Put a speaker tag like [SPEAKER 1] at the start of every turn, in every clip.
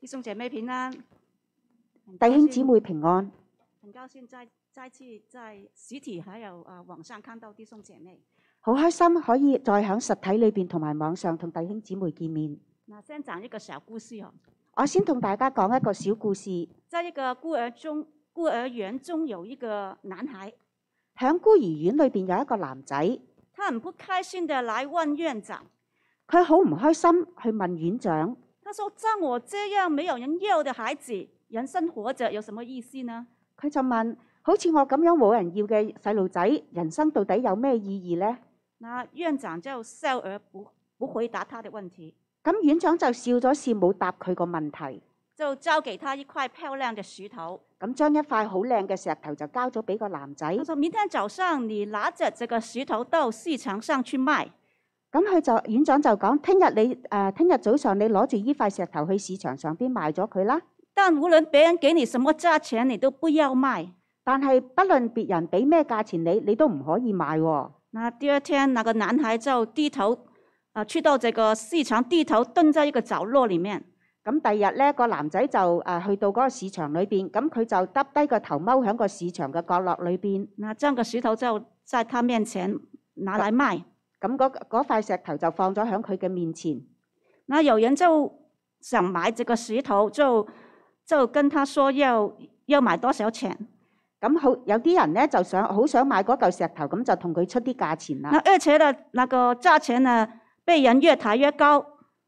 [SPEAKER 1] 弟兄姐妹平安，
[SPEAKER 2] 弟兄姊妹平安。
[SPEAKER 1] 很高兴再再次在实体还有啊网上看到弟兄姐妹。
[SPEAKER 2] 好開心可以再喺實體裏邊同埋網上同弟兄姊妹見面。
[SPEAKER 1] 那先讲一个小故事哦，
[SPEAKER 2] 我先同大家講一個小故事。
[SPEAKER 1] 在一个孤儿中孤儿园中有一个男孩，
[SPEAKER 2] 喺孤兒院裏邊有一個男仔，
[SPEAKER 1] 他很不开心的来问院长，
[SPEAKER 2] 佢好唔開心去問院長，
[SPEAKER 1] 他说：“像我这样没有人要的孩子，人生活着有什么意思呢
[SPEAKER 2] 佢就問：好似我咁樣冇人要嘅細路仔，人生到底有咩意義呢？？”
[SPEAKER 1] 那院长就笑而不不回答他的问题，
[SPEAKER 2] 咁院長就笑咗笑，冇答佢個問題。
[SPEAKER 1] 就交给他一块漂亮的石头。
[SPEAKER 2] 咁將一塊好靚嘅石頭就交咗俾個男仔，
[SPEAKER 1] 他
[SPEAKER 2] 咁
[SPEAKER 1] 说明天早上你拿着这个石头到市场上去卖。
[SPEAKER 2] 佢就院長就講：聽日你誒，聽、日早上你攞住呢塊石頭去市場上邊賣咗佢啦。
[SPEAKER 1] 但无论别人给你什么价钱，你都不要卖。
[SPEAKER 2] 但係不論別人俾咩價錢你，你都唔可以賣喎、
[SPEAKER 1] 那第二天，那个男孩就低头，啊、去到这个市场，低头蹲在一个角落里面。
[SPEAKER 2] 咁第二日咧，個男仔就誒、呃去到嗰個市場裏邊，咁佢就耷低個頭踎喺個市場嘅角落裏邊，
[SPEAKER 1] 那这样的石头就在他面前拿来卖。
[SPEAKER 2] 咁嗰嗰塊石頭就放咗喺佢嘅面前。
[SPEAKER 1] 那有人就想买这个石头，就就跟他说要要买多少钱。
[SPEAKER 2] 咁好有啲人咧就想好想買嗰嚿石頭，咁就同佢出啲價錢
[SPEAKER 1] 那
[SPEAKER 2] 啦。
[SPEAKER 1] 而且呢，那个价钱呢，被人越抬越高。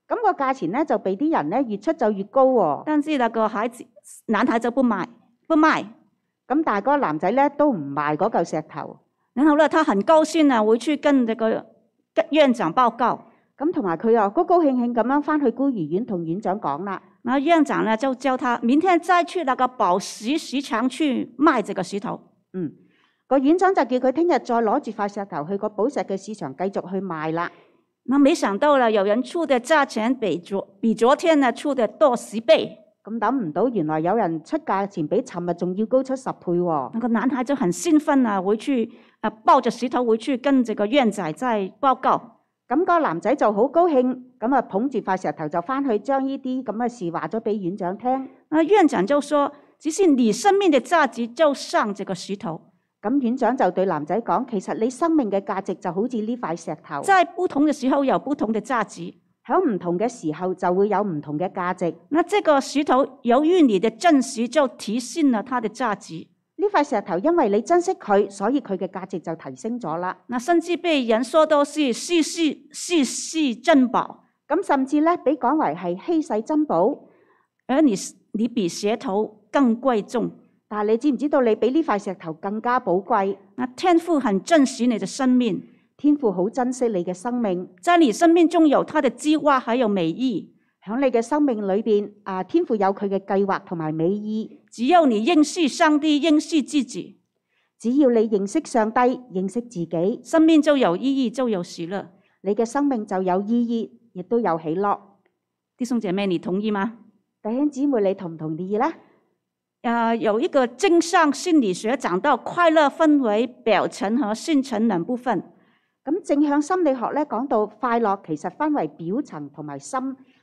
[SPEAKER 2] 咁、個價錢咧就被啲人咧越出就越高喎、
[SPEAKER 1] 但是那个孩子男孩就不买不卖，
[SPEAKER 2] 咁但係嗰個男仔咧都唔賣嗰嚿石頭，
[SPEAKER 1] 然后呢，他很高兴呢，回去跟这个跟院长报告。
[SPEAKER 2] 咁同埋佢又高高興興咁樣翻去孤兒院同院長講啦。
[SPEAKER 1] 然后院长呢就叫他明天再去那个宝石石场去卖这个石头。
[SPEAKER 2] 嗯，個院長就叫佢聽日再攞住塊石頭去個寶石嘅市場繼續去賣啦。
[SPEAKER 1] 那没想到呢，有人出的价钱比昨比昨天呢出的多十倍，
[SPEAKER 2] 咁諗唔到，原來有人出價錢比尋日仲要高出十倍喎、
[SPEAKER 1] 那个男孩就很兴奋啊，回去啊抱着石头回去跟这个院长再报告。
[SPEAKER 2] 咁、個男仔就好高興，咁啊捧住塊石頭就翻去將呢啲咁嘅事話咗俾院長聽。
[SPEAKER 1] 那院长就说：“只是你生命的价值就像这个石头。”
[SPEAKER 2] 咁院長就對男仔講：其實你生命嘅價值就好似呢塊石頭，
[SPEAKER 1] 在不同的时候有不同的价值。
[SPEAKER 2] 喺唔同嘅時候就會有唔同嘅價值。
[SPEAKER 1] 那这个石头由于你的证实，就提升了它的价值。
[SPEAKER 2] 呢塊石頭因為你珍惜佢，所以佢嘅價值就提升咗啦。
[SPEAKER 1] 那甚至被人说都是世世世世珍宝，
[SPEAKER 2] 咁甚至咧，俾講為係稀世珍寶。
[SPEAKER 1] 而你你比石头更贵重。
[SPEAKER 2] 但係你知唔知道你比呢塊石頭更加寶貴？
[SPEAKER 1] 那天父很珍惜你的生命，
[SPEAKER 2] 天父好珍惜你嘅生命，
[SPEAKER 1] 在你生命中有他的计划还有美意。
[SPEAKER 2] 喺你嘅生命裏邊，啊，天父有佢嘅計劃同埋美意。
[SPEAKER 1] 只要你认识上帝，认识自己，
[SPEAKER 2] 只要你認識上帝、認識自己，
[SPEAKER 1] 生命就有意义，就有喜乐。
[SPEAKER 2] 你嘅生命就有意義，亦都有喜樂。
[SPEAKER 1] 弟兄姐妹，你同意吗？
[SPEAKER 2] 弟兄姊妹，你同唔同意呢？
[SPEAKER 1] 呃，有一个正向心理学讲到快乐分为表层和深层两部分。
[SPEAKER 2] 咁正向心理學咧講到快樂其實分為表層同埋心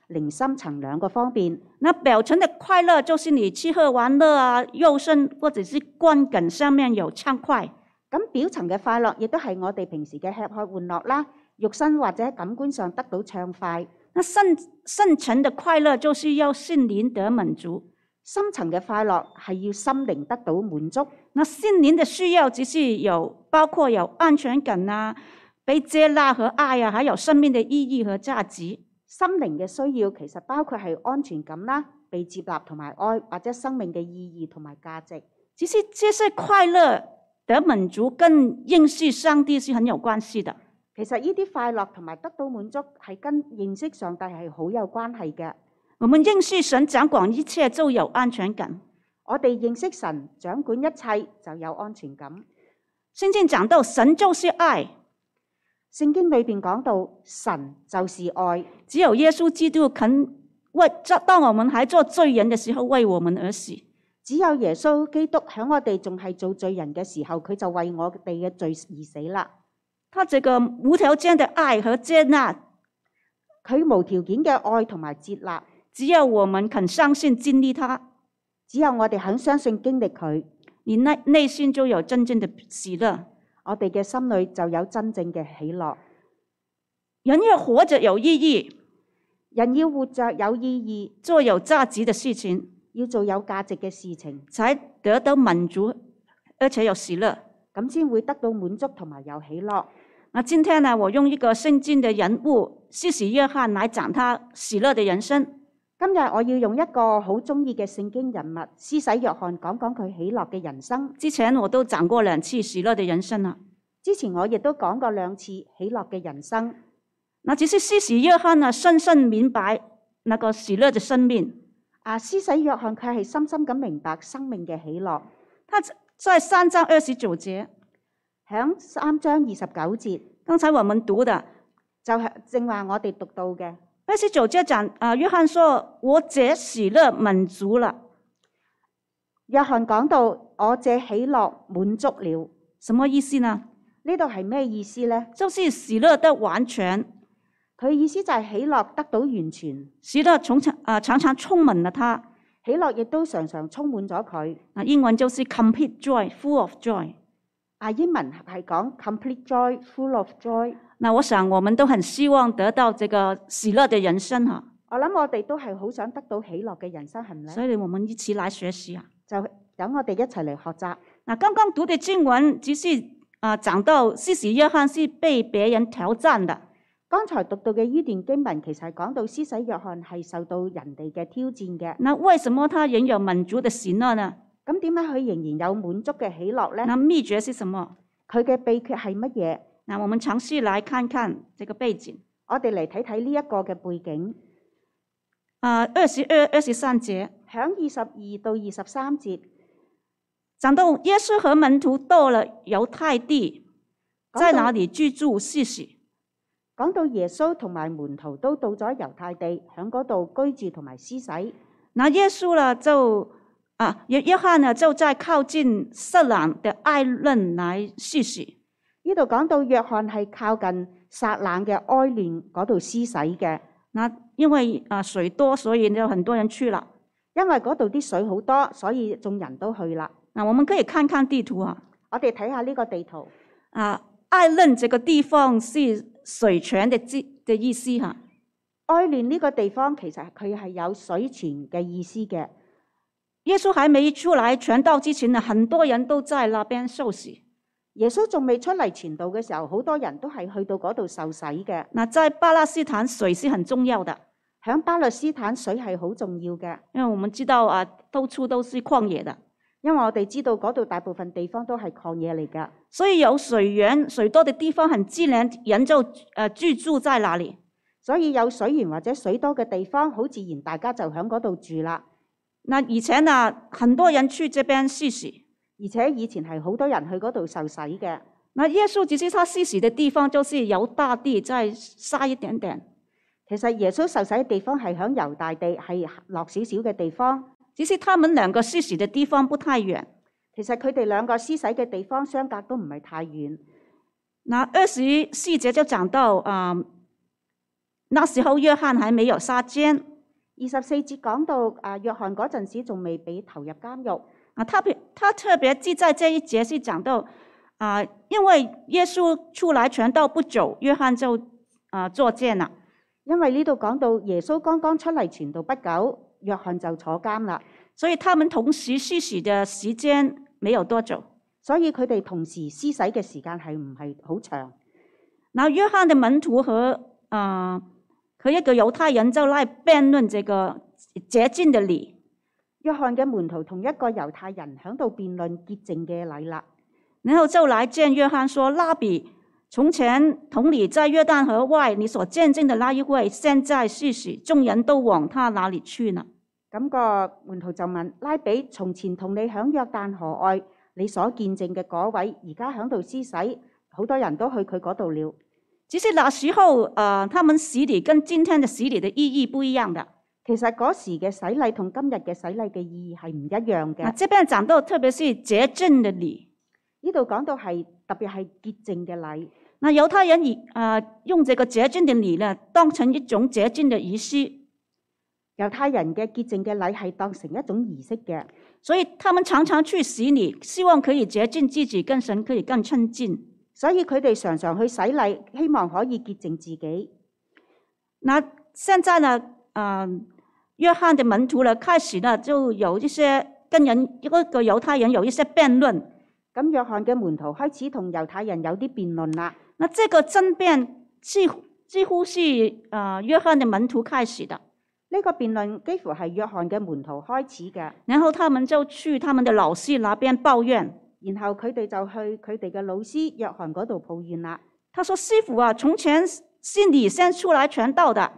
[SPEAKER 2] 靈深層兩個方面。
[SPEAKER 1] 那表层的快乐就是你吃喝玩乐啊、肉身或者是观感上面有畅快。
[SPEAKER 2] 咁表層嘅快樂，亦都係我哋平時嘅吃喝玩樂啦，肉身或者感官上得到暢快。
[SPEAKER 1] 那深深层的快乐就是要心灵得满足。
[SPEAKER 2] 深層嘅快樂係要心靈得到滿足。
[SPEAKER 1] 那心灵的需要只是有包括有安全感啊、被接纳和爱啊，还有生命的意义和价值。
[SPEAKER 2] 心靈嘅需要其實包括係安全感啦、被接納同埋愛，或者生命嘅意義同埋價值。
[SPEAKER 1] 其实这些快乐得满足跟认识上帝是很有关系的。
[SPEAKER 2] 其實呢啲快樂同埋得到滿足係跟認識上帝係好有關係嘅。
[SPEAKER 1] 我们认识神掌管一切，就有安全感。
[SPEAKER 2] 我哋認識神，掌管一切就有安全感。
[SPEAKER 1] 圣经讲到，神就是爱，
[SPEAKER 2] 聖經裏邊講到神就是愛，
[SPEAKER 1] 只有耶稣基督肯为当我们还做罪人的时候为我们而死。
[SPEAKER 2] 只有耶穌基督喺我哋仲係做罪人嘅時候，佢就為我哋嘅罪而死啦。
[SPEAKER 1] 他这个无条件的爱和接纳，
[SPEAKER 2] 佢無條件嘅愛同埋接納，
[SPEAKER 1] 只有我们肯相信经历它，
[SPEAKER 2] 只有我哋肯相信經歷佢，
[SPEAKER 1] 你内内心就有真正的喜乐。
[SPEAKER 2] 我哋嘅心裏就有真正嘅喜樂。
[SPEAKER 1] 人要活着有意义，
[SPEAKER 2] 人要活着有意義，
[SPEAKER 1] 做有价值的事情，
[SPEAKER 2] 要做有價值嘅事情，
[SPEAKER 1] 才得到满足，而且有喜乐。
[SPEAKER 2] 咁先會得到滿足同埋有喜樂。
[SPEAKER 1] 那今天呢，我用一个圣经的人物施洗约翰来讲他喜乐的人生。
[SPEAKER 2] 今日我要用一個好中意嘅聖經人物施洗約翰講講佢喜樂嘅人生。
[SPEAKER 1] 之前我都讲过两次喜乐的人生啊了。
[SPEAKER 2] 之前我亦都講過兩次喜樂嘅人生。
[SPEAKER 1] 那只是施洗约翰呢，深深明白那个喜乐的生命。
[SPEAKER 2] 啊，施洗約翰佢係深深咁明白生命嘅喜樂。
[SPEAKER 1] 他在三章二十九节，
[SPEAKER 2] 響三章二十九節
[SPEAKER 1] 刚才我们读的
[SPEAKER 2] 就係、正話我哋讀到嘅。
[SPEAKER 1] 二十九节讲啊、呃约翰说：“我这喜乐满足了。
[SPEAKER 2] 約翰講到我這喜樂滿足了，”
[SPEAKER 1] 什么意思呢？
[SPEAKER 2] 呢度係咩意思呢？
[SPEAKER 1] 就是喜乐的完全，
[SPEAKER 2] 佢意思就係喜樂得到完全，
[SPEAKER 1] 喜乐常常啊、常常充满了他。
[SPEAKER 2] 喜樂亦都常常充滿咗佢。
[SPEAKER 1] 啊，英文就是 complete joy, full of joy。
[SPEAKER 2] 啊，英文係講 complete joy, full of joy。
[SPEAKER 1] 那我想我们都很希望得到这个喜乐的人生哈，
[SPEAKER 2] 我諗我哋都係好想得到喜樂嘅人生，係咪
[SPEAKER 1] 所以我们一起来学习啊。
[SPEAKER 2] 就等我哋一齊嚟學習。
[SPEAKER 1] 那刚刚读的经文只是啊、讲到施洗约翰是被别人挑战的，
[SPEAKER 2] 剛才讀到嘅呢段經文，其實係講到施洗約翰係受到人哋嘅挑戰嘅。
[SPEAKER 1] 那为什么他仍有满足的喜乐呢？
[SPEAKER 2] 咁點解佢仍然有滿足嘅喜樂呢？
[SPEAKER 1] 那秘诀是什么？
[SPEAKER 2] 佢嘅秘訣係乜嘢？
[SPEAKER 1] 那我们尝试来看看这个背景
[SPEAKER 2] 我哋嚟睇睇呢一個嘅背景。
[SPEAKER 1] 啊，二十二、二十三节
[SPEAKER 2] 響二十二到二十三節
[SPEAKER 1] 讲到耶稣和门徒到了犹太地，
[SPEAKER 2] 講
[SPEAKER 1] 在
[SPEAKER 2] 到
[SPEAKER 1] 哪里居住施洗？
[SPEAKER 2] 講到耶穌同埋門徒都到咗猶太地，響嗰度居住同埋施洗。
[SPEAKER 1] 那耶稣呢就啊，约约翰呢就在靠近色朗的艾嫩来施洗。
[SPEAKER 2] 呢度講到約翰係靠近撒冷嘅哀嫩嗰度施洗嘅，
[SPEAKER 1] 那因为啊水多，所以呢很多人去了。
[SPEAKER 2] 因為嗰度啲水好多，所以眾人都去啦。
[SPEAKER 1] 那我们可以看看地图啊，
[SPEAKER 2] 我哋睇下呢個地圖，
[SPEAKER 1] 啊艾嫩这个地方是水泉的之的意思哈、
[SPEAKER 2] 哀嫩呢個地方其實佢係有水泉嘅意思嘅。
[SPEAKER 1] 耶稣还没出来传道之前呢，很多人都在那边受洗。
[SPEAKER 2] 耶穌仲未出嚟傳道嘅時候，好多人都係去到嗰度受洗嘅。
[SPEAKER 1] 那在巴勒斯坦，水是很重要的，
[SPEAKER 2] 響巴勒斯坦水係好重要嘅，
[SPEAKER 1] 因为我们知道啊，到处都是旷野的，
[SPEAKER 2] 因為我哋知道嗰度大部分地方都係曠野嚟㗎。
[SPEAKER 1] 所以有水源、水多的地方，很自然人就呃居住在那里。
[SPEAKER 2] 所以有水源或者水多嘅地方，好自然大家就喺嗰度住啦。
[SPEAKER 1] 那以前呢，很多人去这边施洗。
[SPEAKER 2] 而且以前係好多人去嗰度受洗嘅。
[SPEAKER 1] 那耶稣只是他施洗的地方，就是由大地再沙一点点，
[SPEAKER 2] 其實耶穌受洗嘅地方係喺猶大地，係落少少嘅地方。
[SPEAKER 1] 只是他们两个施洗的地方不太远。
[SPEAKER 2] 其實佢哋兩個施洗嘅地方相隔都唔係太遠。
[SPEAKER 1] 那二十四节就讲到啊、那时候约翰还没有杀监
[SPEAKER 2] 二十四節講到啊，約翰嗰陣時仲未被投入監獄。
[SPEAKER 1] 啊，他别他特别记在这一节是讲到啊、因为耶稣出来传道不久，约翰就啊、作监了。
[SPEAKER 2] 因為呢度講到耶穌剛剛出嚟傳道不久，約翰就坐監啦，
[SPEAKER 1] 所以他们同时施洗的时间没有多久。
[SPEAKER 2] 所以佢哋同時施洗嘅時間係唔係好長？
[SPEAKER 1] 然后约翰的门徒和啊、和一个犹太人就来辩论这个洁净的理。
[SPEAKER 2] 約翰嘅門徒同一個猶太人喺度辯論潔淨嘅禮啦。
[SPEAKER 1] 然后就来见约翰说：“拉比，从前同你在约旦河外你所见证的那一位，现在是死，众人都往他哪里去呢
[SPEAKER 2] 咁個門徒就問拉比：從前同你響約旦河外，你所見證嘅嗰位，而家響度施洗，好多人都去佢嗰度了。？”
[SPEAKER 1] 其实那时候，呃，他们洗礼跟今天的洗礼的意义不一样的。
[SPEAKER 2] 其實嗰時嘅洗禮同今日嘅洗禮嘅意義係唔一樣
[SPEAKER 1] 那
[SPEAKER 2] 嘅。
[SPEAKER 1] 这边讲到，特别是洁净的理，
[SPEAKER 2] 呢度講到係特別係潔淨嘅禮，
[SPEAKER 1] 那犹太人以啊、呃用这个洁净的理呢，当成一种洁净的仪式，
[SPEAKER 2] 猶太人嘅潔淨嘅禮係當成一種儀式嘅，
[SPEAKER 1] 所以他们常常去洗礼，希望可以洁净自己，跟神可以更亲近。
[SPEAKER 2] 所以佢哋常常去洗禮，希望可以潔淨自己。
[SPEAKER 1] 那现在呢，呃，约翰的门徒呢，开始呢就有一些跟人一个犹太人有一些辩论。
[SPEAKER 2] 咁約翰嘅門徒開始同猶太人有啲辯論啦。
[SPEAKER 1] 那这个争辩几乎几乎是呃约翰的门徒开始的，
[SPEAKER 2] 呢、個辯論幾乎係約翰嘅門徒開始嘅，
[SPEAKER 1] 然后他们就去他们的老师那边抱怨。
[SPEAKER 2] 然後佢哋就去佢哋嘅老師約翰嗰度抱怨啦。
[SPEAKER 1] 他说：“师傅啊，从前是你先出来传道的，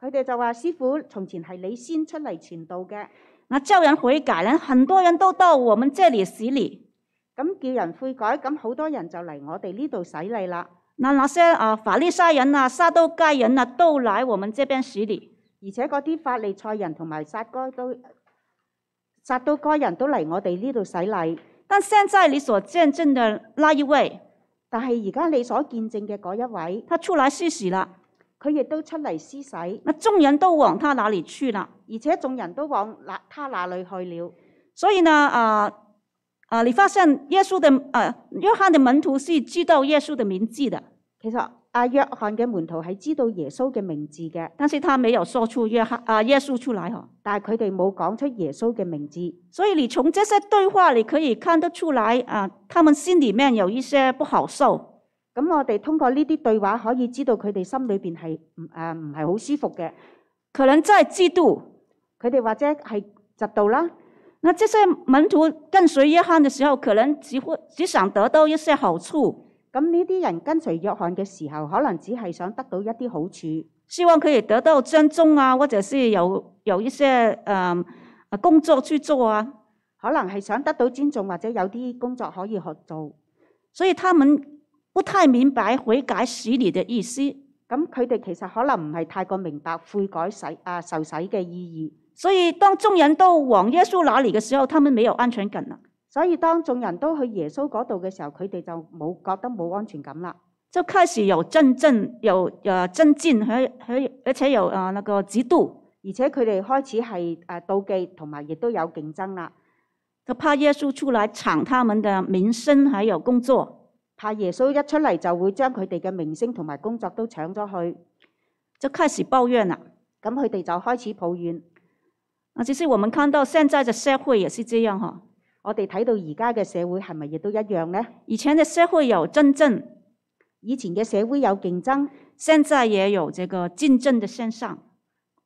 [SPEAKER 2] 佢哋就話：師傅，從前係你先出嚟傳道嘅，
[SPEAKER 1] 那叫人悔改呢，很多人都到我们这里洗礼。”
[SPEAKER 2] 咁叫人悔改，咁好多人就嚟我哋呢度洗禮啦。
[SPEAKER 1] 那那些啊法利赛人呐、撒都该人呐、都来我们这边洗礼。
[SPEAKER 2] 而且嗰啲法利賽人同埋撒該都撒都該人都嚟我哋呢度洗禮，
[SPEAKER 1] 但现在你所见证的那一位，
[SPEAKER 2] 但係而家你所見證嘅嗰一位，
[SPEAKER 1] 他出来施洗了，
[SPEAKER 2] 佢亦都出嚟施洗，而
[SPEAKER 1] 那众人都往他那里去了。
[SPEAKER 2] 且眾人都往那他那裏去了。
[SPEAKER 1] 所以呢，啊、啊，你发现耶稣的呃约翰的门徒是知道耶稣的名字的，
[SPEAKER 2] 其實阿約翰嘅門徒係知道耶穌嘅名字嘅，
[SPEAKER 1] 但是他没有说出约翰啊耶稣出来哈。
[SPEAKER 2] 但係佢哋冇講出耶穌嘅名字。
[SPEAKER 1] 所以你从这些对话，你可以看得出来啊，他们心里面有一些不好受。
[SPEAKER 2] 咁我哋通過呢啲對話可以知道佢哋心裏邊係唔誒唔係好舒服嘅，
[SPEAKER 1] 可能在嫉妒。
[SPEAKER 2] 佢哋或者係嫉妒啦。
[SPEAKER 1] 那这些门徒跟随约翰的时候，可能只会只想得到一些好处，
[SPEAKER 2] 咁呢啲人跟隨約翰嘅時候，可能只係想得到一啲好處，
[SPEAKER 1] 希望可以得到尊重啊，或者是有有一些嗯呃工作去做啊。
[SPEAKER 2] 可能係想得到尊重，或者有啲工作可以學做。
[SPEAKER 1] 所以他们不太明白悔改洗礼的意思，
[SPEAKER 2] 咁佢哋其實可能唔係太過明白悔改洗啊受洗嘅意義，
[SPEAKER 1] 所以当众人都往耶稣那里的时候，他们没有安全感了，
[SPEAKER 2] 所以當眾人都去耶穌嗰度嘅時候，佢哋就冇覺得冇安全感啦。
[SPEAKER 1] 就开始有真正有呃增进，还还而且有呃那个嫉妒，
[SPEAKER 2] 而且佢哋開始係誒妒忌，同埋亦都有競爭啦，
[SPEAKER 1] 就怕耶穌出来抢他们的名声还有工作。
[SPEAKER 2] 怕耶穌一出嚟就會將佢哋嘅名聲同埋工作都搶咗去，
[SPEAKER 1] 就开始抱怨了。
[SPEAKER 2] 咁佢哋就開始抱怨。
[SPEAKER 1] 啊，其实我们看到现在的社会也是这样哈。
[SPEAKER 2] 我哋睇到而家嘅社會係咪亦都一樣呢？
[SPEAKER 1] 以前的社会有真正，
[SPEAKER 2] 以前嘅社會有競爭，
[SPEAKER 1] 现在也有这个竞争的现象，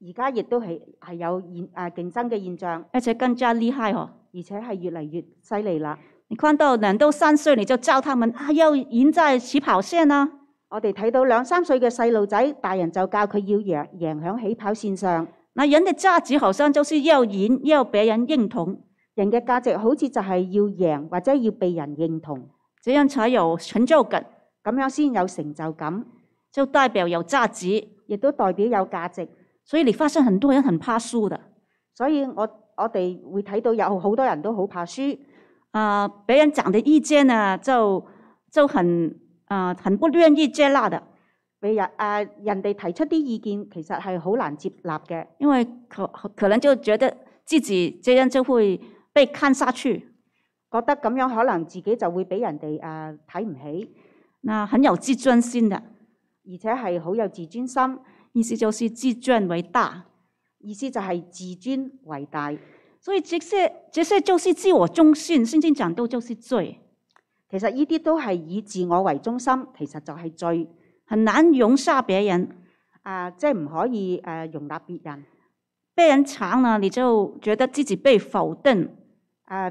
[SPEAKER 2] 而家亦都係係有現啊競爭嘅現象，
[SPEAKER 1] 而且更加厉害哈。
[SPEAKER 2] 而且係越嚟越犀利啦。
[SPEAKER 1] 你看到人都三岁，你就教他们啊，要赢在起跑线啊。
[SPEAKER 2] 我哋睇到兩三歲嘅細路仔，大人就教佢要贏贏響起跑線上。
[SPEAKER 1] 那人的价值好像就是要赢，要别人认同，
[SPEAKER 2] 人嘅價值好似就係要贏或者要被人認同，
[SPEAKER 1] 这样才有成就感，
[SPEAKER 2] 咁樣先有成就感，
[SPEAKER 1] 就代表有价值。
[SPEAKER 2] 亦都代表有價值。
[SPEAKER 1] 所以你发现很多人很怕输的
[SPEAKER 2] 所以我我哋會睇到有好多人都好怕輸，
[SPEAKER 1] 啊、别人讲的意见呢，就就很啊、很不愿意接纳的。
[SPEAKER 2] 俾人啊人哋提出啲意見，其實係好難接納嘅。
[SPEAKER 1] 因为可可能就觉得自己这样就会被看下去，
[SPEAKER 2] 覺得咁樣可能自己就會俾人哋啊睇唔起，
[SPEAKER 1] 那很有自尊心的，
[SPEAKER 2] 而且係好有自尊心。
[SPEAKER 1] 意思就是自尊为大。
[SPEAKER 2] 意思就係自尊為大。
[SPEAKER 1] 所以这些这些就是自我中心，圣经讲到就是罪，
[SPEAKER 2] 其實呢啲都係以自我為中心，其實就係罪
[SPEAKER 1] 很难容下别人。
[SPEAKER 2] 啊！即係唔可以誒、啊容納別人
[SPEAKER 1] 被人抢了，你就觉得自己被否定，
[SPEAKER 2] 啊。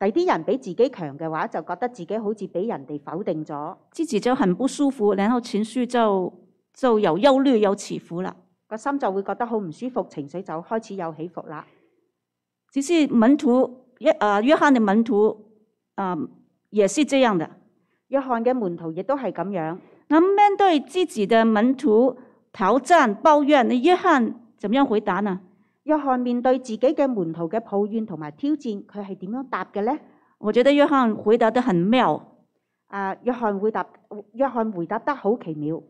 [SPEAKER 2] 第啲人比自己強嘅話，就覺得自己好似俾人哋否定咗，
[SPEAKER 1] 自己就很不舒服，然后情绪就就有忧虑、有起伏了。
[SPEAKER 2] 個心就會覺得好唔舒服，情緒就開始有起伏啦。
[SPEAKER 1] 其实门徒约呃约翰的门徒啊、呃也是这样的。
[SPEAKER 2] 約翰嘅門徒亦都係咁樣，
[SPEAKER 1] 那面对自己的门徒挑战、抱怨，那约翰怎么样回答呢？
[SPEAKER 2] 約翰面對自己嘅門徒嘅抱怨同埋挑戰，佢係點樣答嘅呢？
[SPEAKER 1] 我覺得约翰回答得很妙。
[SPEAKER 2] 啊，約翰回答，約翰回答得好奇妙。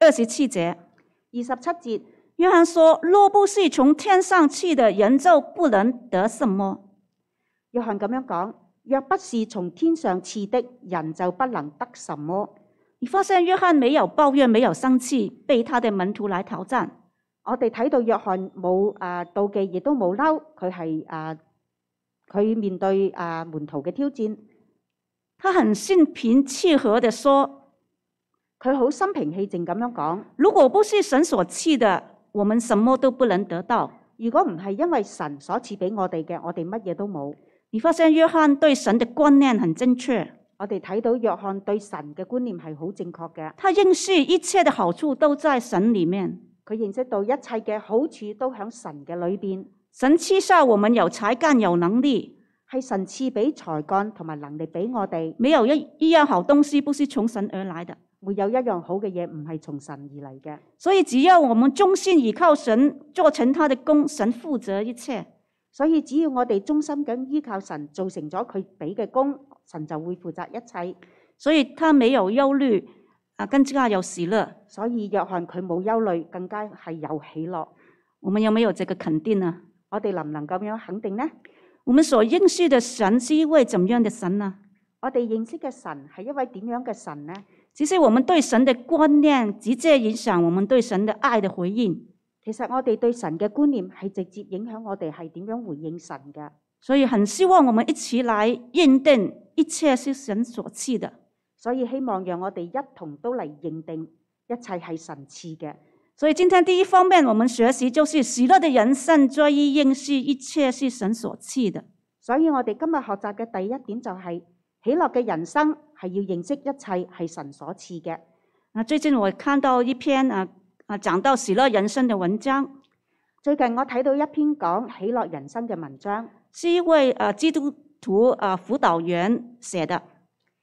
[SPEAKER 1] 二十七节，
[SPEAKER 2] 二十七節，
[SPEAKER 1] 约翰说：“若不是从天上去的，人就不能得什么。
[SPEAKER 2] 約翰咁樣講：若不是從天上賜的，人就不能得什麼。”
[SPEAKER 1] 你发现约翰没有抱怨，没有生气，被他的门徒来挑战。
[SPEAKER 2] 我哋睇到約翰冇啊妒忌，亦都冇嬲，佢係啊佢面對啊門徒嘅挑戰，
[SPEAKER 1] 他很心平气和地说
[SPEAKER 2] 佢好心平氣靜咁樣講：：“
[SPEAKER 1] 如果不是神所赐的，我们什么都不能得到。
[SPEAKER 2] 如果唔係因為神所賜俾我哋嘅，我哋乜嘢都冇。”
[SPEAKER 1] 你发现约翰对神的观念很正确，
[SPEAKER 2] 我哋睇到約翰對神嘅觀念係好正確嘅，
[SPEAKER 1] 他认识一切的好處都在神里面。
[SPEAKER 2] 佢認識到一切嘅好處都喺神嘅裏邊，
[SPEAKER 1] 神赐下我们有才干、有能力，
[SPEAKER 2] 係神賜俾才幹同埋能力俾我哋，
[SPEAKER 1] 没有一一样好东西不是从神而来的。
[SPEAKER 2] 沒有一樣好嘅嘢唔係從神而嚟嘅。
[SPEAKER 1] 所以只要我们忠心倚靠神，做成他的工，神负责一切。
[SPEAKER 2] 所以只要我哋忠心咁依靠神，做成咗佢俾嘅工，神就會負責一切。
[SPEAKER 1] 所以他没有忧虑，啊，更加有喜乐。
[SPEAKER 2] 所以約翰佢冇憂慮，更加係有喜樂。
[SPEAKER 1] 我们有没有这个肯定呢？
[SPEAKER 2] 我哋能唔能咁樣肯定呢？
[SPEAKER 1] 我们所认识的神是一位怎样的神呢？
[SPEAKER 2] 我哋認識嘅神係一位點樣嘅神呢？
[SPEAKER 1] 其实我们对神的观念直接影响我们对神的爱的回应。
[SPEAKER 2] 其實我哋對神嘅觀念係直接影響我哋係點樣回應神嘅。
[SPEAKER 1] 所以很希望我们一起来认定一切是神所赐的。
[SPEAKER 2] 所以希望讓我哋一同都嚟認定一切係神賜嘅。
[SPEAKER 1] 所以今天第一方面，我们学习就是喜乐的人生在于应是一切是神所赐的。
[SPEAKER 2] 所以我哋今日學習嘅第一點就係、喜樂嘅人生係要認識一切係神所賜嘅。
[SPEAKER 1] 那啊最近我看到一篇啊啊讲到喜乐人生的文章，
[SPEAKER 2] 最近我睇到一篇講喜樂人生嘅文章，
[SPEAKER 1] 是一位呃基督徒呃辅导员写的。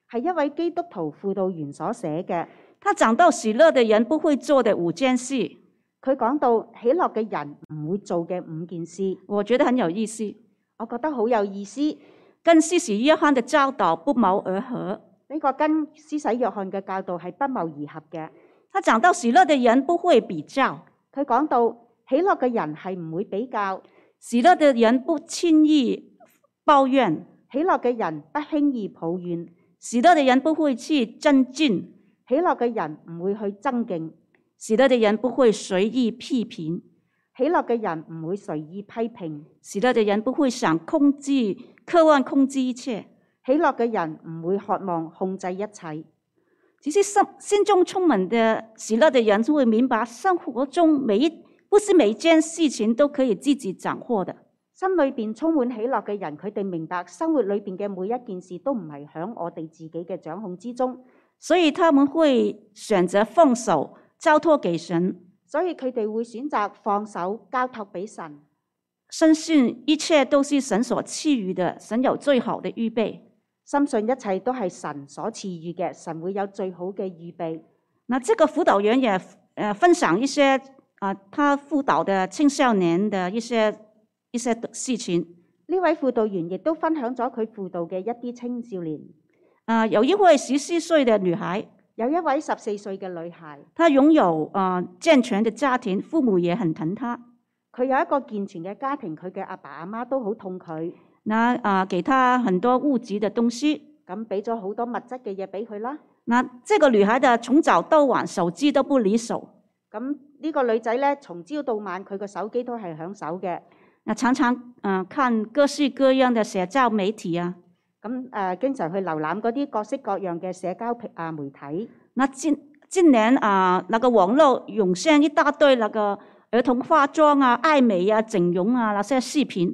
[SPEAKER 2] 係一位基督徒輔導員所寫嘅。
[SPEAKER 1] 他讲到喜乐的人不会做的五件事，
[SPEAKER 2] 佢講到喜樂嘅人唔會做嘅五件事，
[SPEAKER 1] 我觉得很有意思，
[SPEAKER 2] 我覺得好有意思。呢、
[SPEAKER 1] 跟施洗约翰的教导不谋而合。
[SPEAKER 2] 個跟施洗約翰嘅教導係不謀而合嘅。
[SPEAKER 1] 他讲到喜乐的人不会比较，
[SPEAKER 2] 佢講到喜樂嘅人係唔會比較，
[SPEAKER 1] 喜乐的人不轻易抱怨，
[SPEAKER 2] 喜樂嘅人不輕易抱怨，
[SPEAKER 1] 喜乐的人不会去增进，
[SPEAKER 2] 喜樂嘅人唔會去爭競，
[SPEAKER 1] 喜乐的人不会随意批评，
[SPEAKER 2] 喜樂嘅人唔會隨意批評，
[SPEAKER 1] 喜乐的人不会想控制、渴望控制一切。
[SPEAKER 2] 喜樂嘅人唔會渴望控制一切。
[SPEAKER 1] 其实心心中充满的喜乐的人，就会明白生活中每一不是每一件事情都可以自己掌握的。
[SPEAKER 2] 心裏邊充滿喜樂嘅人，佢哋明白生活裏邊嘅每一件事都唔係響我哋自己嘅掌控之中，
[SPEAKER 1] 所以他们会选择放手，交托给神，
[SPEAKER 2] 所以佢哋會選擇放手交託俾神，
[SPEAKER 1] 深信一切都是神所赐予的，神有最好的预备。
[SPEAKER 2] 深信一切都係神所賜予嘅，神會有最好嘅預備。
[SPEAKER 1] 那这个辅导员也呃分享一些啊、他辅导的青少年的一些一些的事情。
[SPEAKER 2] 呢位輔導員亦都分享咗佢輔導嘅一啲青少年，
[SPEAKER 1] 啊、有一位十四岁的女孩，
[SPEAKER 2] 有一位十四歲嘅女孩，
[SPEAKER 1] 她拥有啊、健全的家庭，父母也很疼她。
[SPEAKER 2] 佢有一個健全嘅家庭，佢嘅阿爸阿媽都好痛佢，
[SPEAKER 1] 那啊、给她很多物质的东西。
[SPEAKER 2] 咁俾咗好多物質嘅嘢俾佢啦。
[SPEAKER 1] 那这个女孩的从早到晚手机都不离手，
[SPEAKER 2] 咁呢個女仔呢，從朝到晚佢個手機都係響手嘅。
[SPEAKER 1] 那常常嗯、呃看各式各样的社交媒体啊。
[SPEAKER 2] 咁誒、呃，經常去瀏覽嗰啲各式各樣嘅社交平啊媒體。
[SPEAKER 1] 那近近年啊、那个网络涌现一大堆那个儿童化妆啊、爱美啊、整容啊那些视频，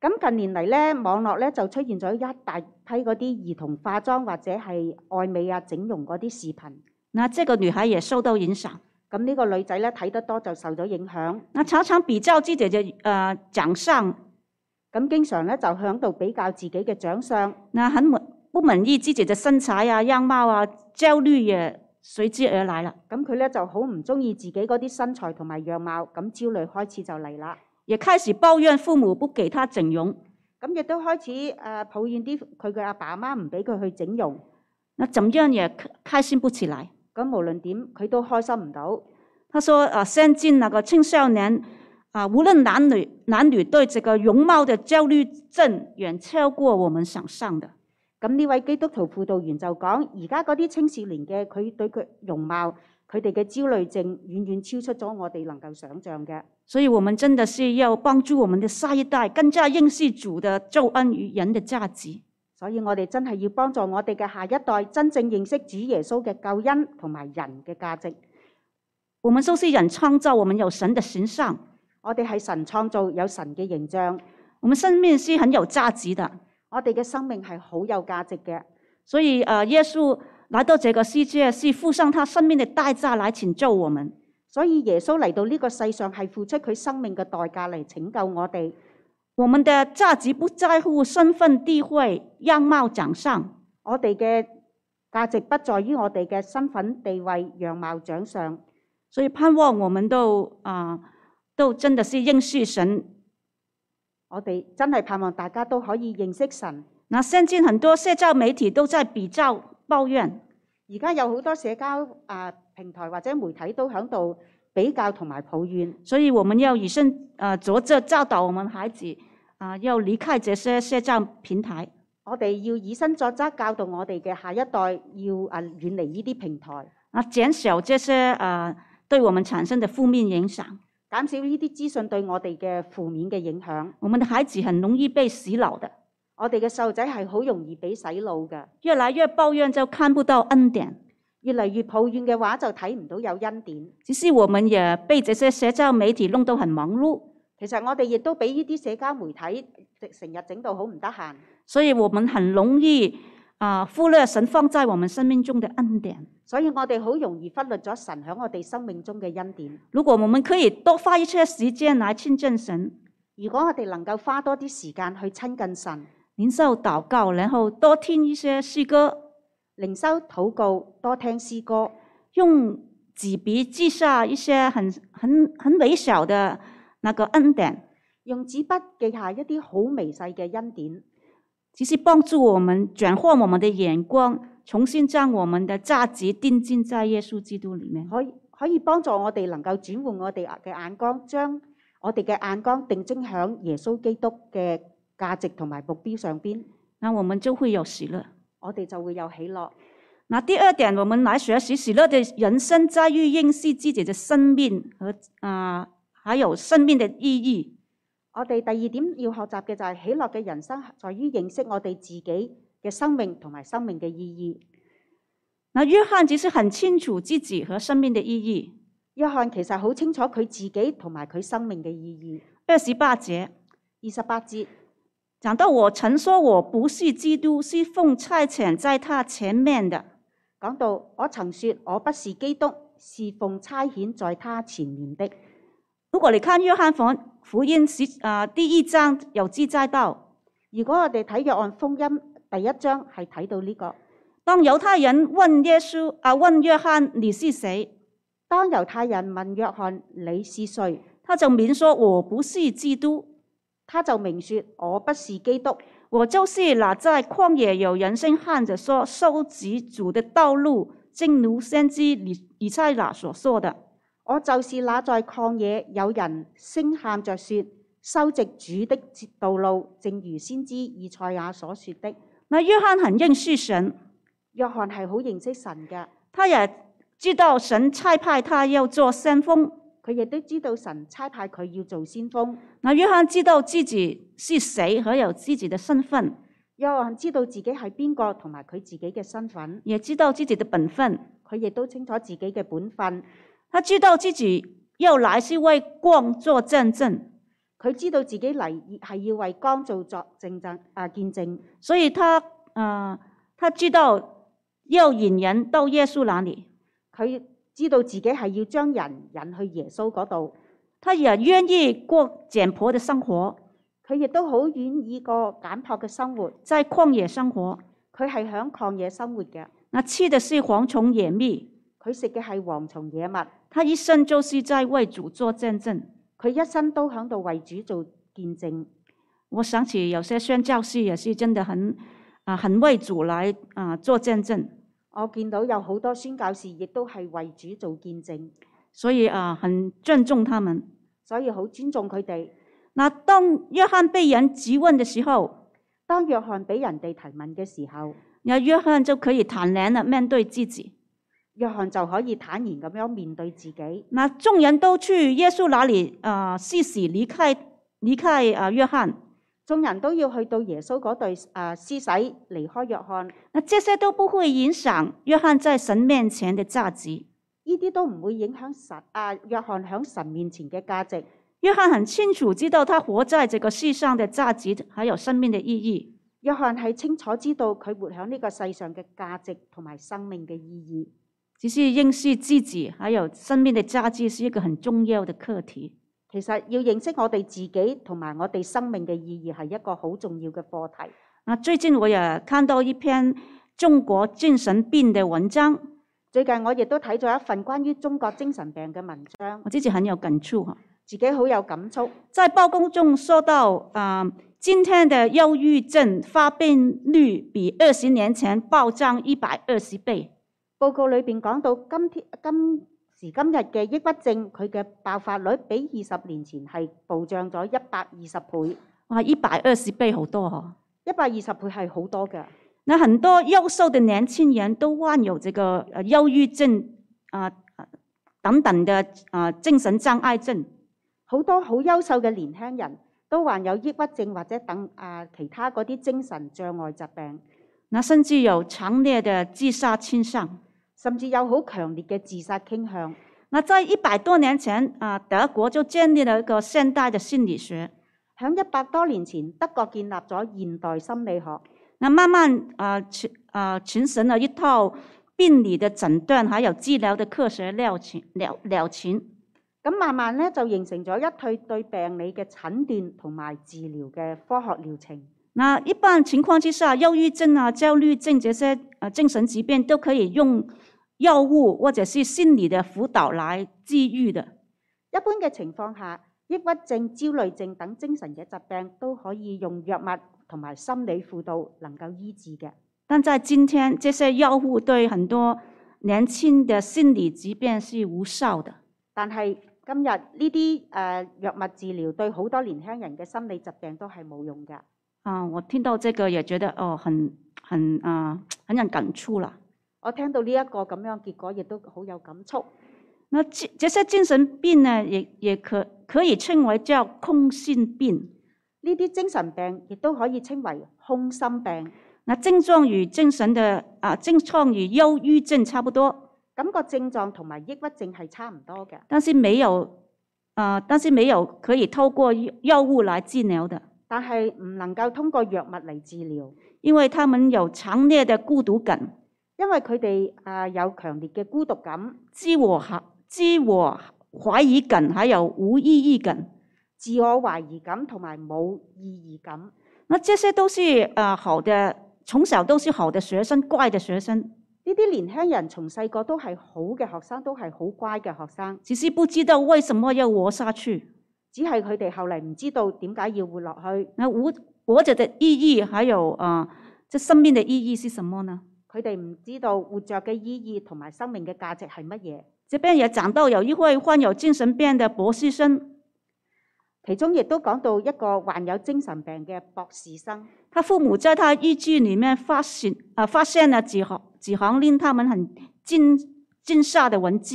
[SPEAKER 2] 咁近年嚟咧，網絡咧就出現咗一大批嗰啲兒童化妝或者係愛美啊、整容嗰啲視頻。
[SPEAKER 1] 那这个女孩也受到影响。
[SPEAKER 2] 咁呢個女仔咧睇得多就受咗影響，
[SPEAKER 1] 那常常比较自己的呃长相，
[SPEAKER 2] 咁經常咧就響度比較自己嘅長相，
[SPEAKER 1] 那很满不满意自己的身材啊、样貌啊，焦虑也随之而来了，
[SPEAKER 2] 咁佢咧就好唔中意自己嗰啲身材同埋樣貌，咁焦慮開始就嚟啦。
[SPEAKER 1] 也开始抱怨父母不给她整容。
[SPEAKER 2] 咁亦都開始誒、呃抱怨啲佢嘅阿爸阿媽唔俾佢去整容，
[SPEAKER 1] 那怎样也开开心不起来。
[SPEAKER 2] 咁無論點佢都開心唔到。
[SPEAKER 1] 他说：“啊，现今那个青少年啊，无论男女，男女对这个容貌的焦虑症远超过我们想象的。
[SPEAKER 2] 咁呢位基督徒輔導員就講：而家嗰啲青少年嘅佢對佢容貌、佢哋嘅焦慮症，遠遠超出咗我哋能夠想像嘅。
[SPEAKER 1] 所以，我们真的是要帮助我们的下一代更加认识主的救恩与人的价值。
[SPEAKER 2] 所以我哋真係要幫助我哋嘅下一代真正認識主耶穌嘅救恩同埋人嘅價值。
[SPEAKER 1] 我们都是人创造，我们有神的形象，
[SPEAKER 2] 我哋係神創造，有神嘅形象，
[SPEAKER 1] 我们生命是很有价值的。
[SPEAKER 2] 我哋嘅生命係好有價值嘅。
[SPEAKER 1] 所以，呃，耶稣来到这个世界是付上他生命的代价来拯救我们。
[SPEAKER 2] 所以耶穌嚟到呢個世上係付出佢生命嘅代價嚟拯救我哋。
[SPEAKER 1] 我们的价值不在乎身份、地位、样貌、长相，
[SPEAKER 2] 我哋嘅價值不在於我哋嘅身份、地位、樣貌、長相。
[SPEAKER 1] 所以盼望我们都啊、都真的是认识神。
[SPEAKER 2] 我哋真係盼望大家都可以認識神。
[SPEAKER 1] 那现今很多社交媒体都在比较、抱怨，
[SPEAKER 2] 而家有好多社交啊平台或者媒體都喺度比較同埋抱怨，
[SPEAKER 1] 所以我们要以身啊着着教导我们孩子啊、要离开这些社交平台。
[SPEAKER 2] 我哋要以身作則，教導我哋嘅下一代要啊遠離呢啲平台，
[SPEAKER 1] 啊，减少这些啊、对我们产生的负面影响。
[SPEAKER 2] 減少呢啲資訊對我哋嘅負面嘅影響。
[SPEAKER 1] 我们的孩子很容易被洗脑的，
[SPEAKER 2] 我哋嘅細路仔係好容易俾洗腦嘅，
[SPEAKER 1] 越来越抱怨就看不到恩典。
[SPEAKER 2] 越嚟越抱怨嘅話就睇唔到有恩典。
[SPEAKER 1] 只是我们也被这些社交媒体弄得很忙碌，
[SPEAKER 2] 其實我哋亦都俾呢啲社交媒體成日整到好唔得閒，
[SPEAKER 1] 所以我们很容易啊、忽略神放在我们生命中的恩典。
[SPEAKER 2] 所以我哋好容易忽略咗神喺我哋生命中嘅恩典。
[SPEAKER 1] 如果我们可以多花一些时间来亲近神，
[SPEAKER 2] 如果我哋能夠花多啲時間去親近神。
[SPEAKER 1] 灵受祷告，然后多听一些诗歌，
[SPEAKER 2] 靈修禱告，多聽詩歌，
[SPEAKER 1] 用纸笔记下一些很很很微小的那个恩典，
[SPEAKER 2] 用紙筆記下一啲好微細嘅恩典，
[SPEAKER 1] 只是帮助我们转换我们的眼光，重新将我们的价值定睛在耶稣基督里面。
[SPEAKER 2] 可以可以幫助我哋能夠轉換我哋嘅眼光，將我哋嘅眼光定睛響耶穌基督嘅價值同埋目標上邊，
[SPEAKER 1] 那我们就会有喜乐。
[SPEAKER 2] 我哋就會有喜樂。
[SPEAKER 1] 那第二点，我们来学习喜乐的人生在于认识自己的生命和啊、还有生命的意义。
[SPEAKER 2] 我哋第二點要學習嘅就係喜樂嘅人生，在於認識我哋自己嘅生命同埋生命嘅意義。
[SPEAKER 1] 那约翰其实很清楚自己和生命的意义。
[SPEAKER 2] 約翰其實好清楚佢自己同埋佢生命嘅意
[SPEAKER 1] 二十八节
[SPEAKER 2] 義。二十八節。
[SPEAKER 1] 讲到我曾说我不是基督，是奉差遣在他前面的。
[SPEAKER 2] 講到我曾說我不是基督，是奉差遣在他前面的。
[SPEAKER 1] 如果你看约翰福福音十啊、第一章有记载到，
[SPEAKER 2] 如果我哋睇約翰福音第一章係睇到呢、個，
[SPEAKER 1] 当犹太人问耶稣啊问约翰你是谁，
[SPEAKER 2] 當猶太人問約翰你是誰，
[SPEAKER 1] 他就明说我不是基督。
[SPEAKER 2] 他就明說我不是基督，
[SPEAKER 1] 我就是那在旷野有人声喊着说收集主的道路，正如先知以以赛亚所说的。
[SPEAKER 2] 我就是那在曠野有人聲喊着說修直主的道路，正如先知以賽亞所說的。
[SPEAKER 1] 那约翰很认识神，
[SPEAKER 2] 約翰係好認識神嘅，
[SPEAKER 1] 他也知道神差派他要做先锋。
[SPEAKER 2] 佢亦都知道神差派佢要做先鋒。
[SPEAKER 1] 那约翰知道自己是谁，还有自己的身份，
[SPEAKER 2] 約翰知道自己係邊個同埋佢自己嘅身份。
[SPEAKER 1] 也知道自己的本分。
[SPEAKER 2] 佢亦都清楚自己嘅本分，
[SPEAKER 1] 他知道自己要来是为光做见证，
[SPEAKER 2] 佢知道自己嚟係要為光做作證證啊見證，
[SPEAKER 1] 所以他呃，他知道要引人到耶稣那里。
[SPEAKER 2] 佢知道自己係要將人引去耶穌嗰度，
[SPEAKER 1] 他也愿意过简朴的生活，
[SPEAKER 2] 佢亦都好願意過簡朴嘅生活，
[SPEAKER 1] 在旷野生活。
[SPEAKER 2] 佢係響曠野生活嘅，
[SPEAKER 1] 那吃的是蝗虫野蜜，
[SPEAKER 2] 佢食嘅係蝗蟲野物，
[SPEAKER 1] 他一生就是在为主做见证。
[SPEAKER 2] 佢一生都響度為主做見證。
[SPEAKER 1] 我想起有些宣教士也是真的很啊、很为主来啊、做见证。
[SPEAKER 2] 我見到有好多宣教士亦都係為主做見證，
[SPEAKER 1] 所以啊，很尊重他们。
[SPEAKER 2] 所以好尊重佢哋。
[SPEAKER 1] 那当约翰被人质问的时候，
[SPEAKER 2] 當約翰俾人哋提問嘅時候，
[SPEAKER 1] 那约翰就可以坦然的面对自己。
[SPEAKER 2] 約翰就可以坦然咁樣面對自己。
[SPEAKER 1] 那众人都去耶稣那里啊，施洗离开离开啊约翰。
[SPEAKER 2] 眾人都要去到耶穌嗰對啊施洗離開約翰，呢
[SPEAKER 1] 那这些都不会影响约翰在神面前的价值。
[SPEAKER 2] 啲都唔會影響神啊約翰喺神面前嘅價值。
[SPEAKER 1] 约翰很清楚知道他活在这个世上的价值，还有生命的意义。
[SPEAKER 2] 約翰係清楚知道佢活喺呢個世上嘅價值同埋生命嘅意義。
[SPEAKER 1] 只是认识自己，还有生命的价值是一个很重要的课题。
[SPEAKER 2] 其實要認識我哋自己同埋我哋生命嘅意義係一個好重要嘅課題。
[SPEAKER 1] 那最近我也看到一篇中国精神病的文章，
[SPEAKER 2] 最近我亦都睇咗一份關於中國精神病嘅文章，
[SPEAKER 1] 我自己很有感触哈。
[SPEAKER 2] 自己好有感觸。
[SPEAKER 1] 在报告中说到，啊、今天的忧郁症发病率比二十年前暴涨一百二十倍。
[SPEAKER 2] 報告裏邊講到今天今時今日嘅抑鬱症，佢嘅爆發率比二十年前係暴漲咗一百二十倍，
[SPEAKER 1] 哇，一百二十倍好多哈、
[SPEAKER 2] 一百二十倍係好多嘅。
[SPEAKER 1] 那很多优秀的年轻人都患有这个呃忧郁症啊、啊等等的啊、精神障碍症。
[SPEAKER 2] 好多好優秀嘅年輕人都患有抑鬱症或者等啊其他嗰啲精神障礙疾病，
[SPEAKER 1] 那甚至有强烈的自杀倾向。
[SPEAKER 2] 甚至有好強烈嘅自殺傾向。
[SPEAKER 1] 那在一百多年前啊、德国就建立了一个现代的心理学。
[SPEAKER 2] 喺一百多年前，德國建立咗現代心理學，
[SPEAKER 1] 那慢慢啊，全啊形成了一套病理的诊断，还有治疗的科学疗程疗疗程。
[SPEAKER 2] 咁慢慢咧就形成咗一對對病理嘅診斷同埋治療嘅科學療程。
[SPEAKER 1] 那一般情况之下，忧郁症啊、焦虑症这些呃精神疾病都可以用药物或者是心理的辅导来治愈的。
[SPEAKER 2] 一般嘅情況下，抑鬱症、焦慮症等精神嘅疾病都可以用藥物同埋心理輔導能夠醫治嘅。
[SPEAKER 1] 但在今天，这些药物对很多年轻的心理疾病是无效的。
[SPEAKER 2] 但係今日呢啲誒藥物治療對好多年輕人嘅心理疾病都係冇用嘅。
[SPEAKER 1] 啊，我听到这个也觉得哦，很很啊、很有感触了。
[SPEAKER 2] 我聽到呢一個咁樣嘅結果，亦都好有感觸。
[SPEAKER 1] 那这这些精神病呢，也也可可以称为叫空性病。
[SPEAKER 2] 呢啲精神病亦都可以稱為空心病，
[SPEAKER 1] 那症状与精神的啊症状与忧郁症差不多，
[SPEAKER 2] 咁個症狀同埋抑鬱症係差唔多嘅，
[SPEAKER 1] 但是没有啊、但是没有可以透过药药物来治疗的，
[SPEAKER 2] 但係唔能夠通過藥物嚟治療，
[SPEAKER 1] 因为他们有强烈的孤独感、
[SPEAKER 2] 因為佢哋啊有強烈嘅孤獨感。
[SPEAKER 1] 自我怀自我怀疑感，还有无意义感。
[SPEAKER 2] 自我懷疑感同埋冇意義感，
[SPEAKER 1] 那这些都是啊、好的，从小都是好的学生，乖的学生，
[SPEAKER 2] 呢啲年輕人從細個都係好嘅學生，都係好乖嘅學生，
[SPEAKER 1] 只是不知道为什么要活下去。
[SPEAKER 2] 只係佢哋後嚟唔知道點解要活落去，
[SPEAKER 1] 那活活着的意义，还有啊、这生命的意义是什么呢？
[SPEAKER 2] 佢哋唔知道活着嘅意義同埋生命嘅價值係乜嘢。
[SPEAKER 1] 这边也讲到有一位患有精神病的博士生，
[SPEAKER 2] 其中亦都講到一個患有精神病嘅博士生，
[SPEAKER 1] 他父母在他日记里面发现啊、发现了几行几行令他们很惊惊吓的文字。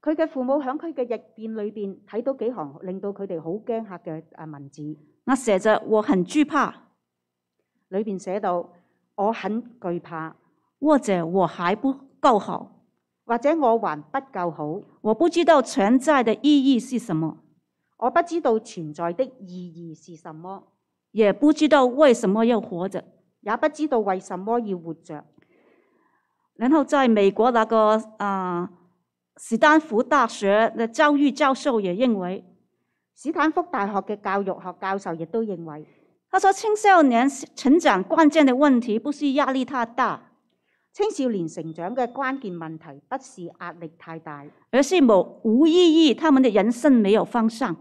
[SPEAKER 2] 佢嘅父母喺佢嘅日變裏邊睇到幾行令到佢哋好驚嚇嘅啊文字，
[SPEAKER 1] 那写着我很惧怕，
[SPEAKER 2] 裏邊寫到我很懼怕，
[SPEAKER 1] 或者我还不够好，
[SPEAKER 2] 或者我還不夠好，
[SPEAKER 1] 我不知道存在的意义是什么，
[SPEAKER 2] 我不知道存在的意義是什麼。
[SPEAKER 1] 也不知道为什么要活着。
[SPEAKER 2] 也不知道為什麼要活着。
[SPEAKER 1] 然后在美国那个啊、史丹福大学的教育教授也认为，
[SPEAKER 2] 史坦福大學嘅教育學教授亦都認為，
[SPEAKER 1] 他说青少年成长关键的问题不是压力太大，
[SPEAKER 2] 青少年成長嘅關鍵問題不是壓力太大，而
[SPEAKER 1] 而是无无意义，他们的人生没有方向。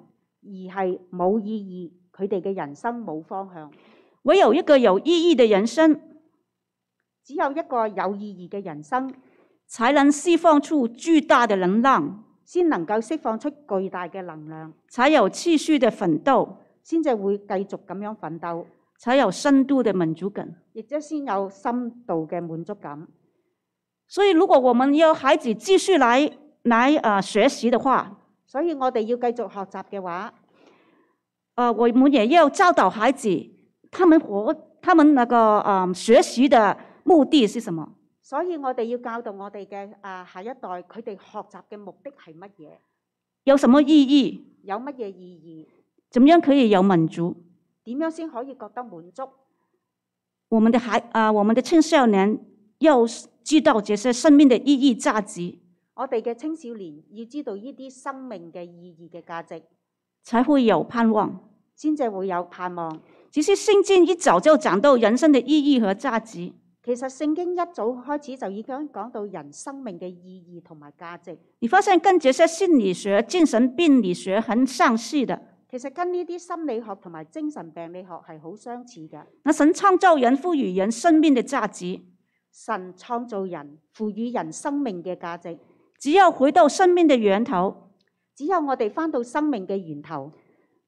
[SPEAKER 2] 係冇意義，佢哋嘅人生冇方向。
[SPEAKER 1] 唯有一个有意义的人生，
[SPEAKER 2] 只有一個有意義嘅人生，
[SPEAKER 1] 才能释放出巨大的能量，
[SPEAKER 2] 先能夠釋放出巨大嘅能量，
[SPEAKER 1] 才有持续的奋斗，
[SPEAKER 2] 先至會繼續咁樣奮鬥，
[SPEAKER 1] 才有深度的满足感。
[SPEAKER 2] 亦都先有深度嘅滿足感。
[SPEAKER 1] 所以，如果我们要孩子继续来来呃学习的话，
[SPEAKER 2] 所以我哋要繼續學習嘅話，
[SPEAKER 1] 呃，我们也要教导孩子，他们活他们那个呃学习的目的是什么？
[SPEAKER 2] 所以我哋要教導我哋嘅啊下一代，佢哋學習嘅目的係乜嘢？
[SPEAKER 1] 有什么意义？
[SPEAKER 2] 有乜嘢意義？
[SPEAKER 1] 怎么样可以有满足？
[SPEAKER 2] 點樣先可以覺得滿足？
[SPEAKER 1] 我们的孩啊、我们的青少年要知道这些生命的意义价值，
[SPEAKER 2] 我哋嘅青少年要知道呢啲生命嘅意義嘅價值，
[SPEAKER 1] 才会有盼望。
[SPEAKER 2] 先至會有盼望。
[SPEAKER 1] 其实圣经一早就讲到人生的意义和价值，
[SPEAKER 2] 其實聖經一早開始就已經講到人生命嘅意義同埋價值。
[SPEAKER 1] 你发现跟这些心理学、精神病理学很相似的。
[SPEAKER 2] 其實跟呢啲心理學同埋精神病理學係好相似嘅。
[SPEAKER 1] 那神创造人，赋予人生命的价值，
[SPEAKER 2] 神創造人，賦予人生命嘅價值。
[SPEAKER 1] 只要回到生命的源头，
[SPEAKER 2] 只有我哋翻到生命嘅源頭，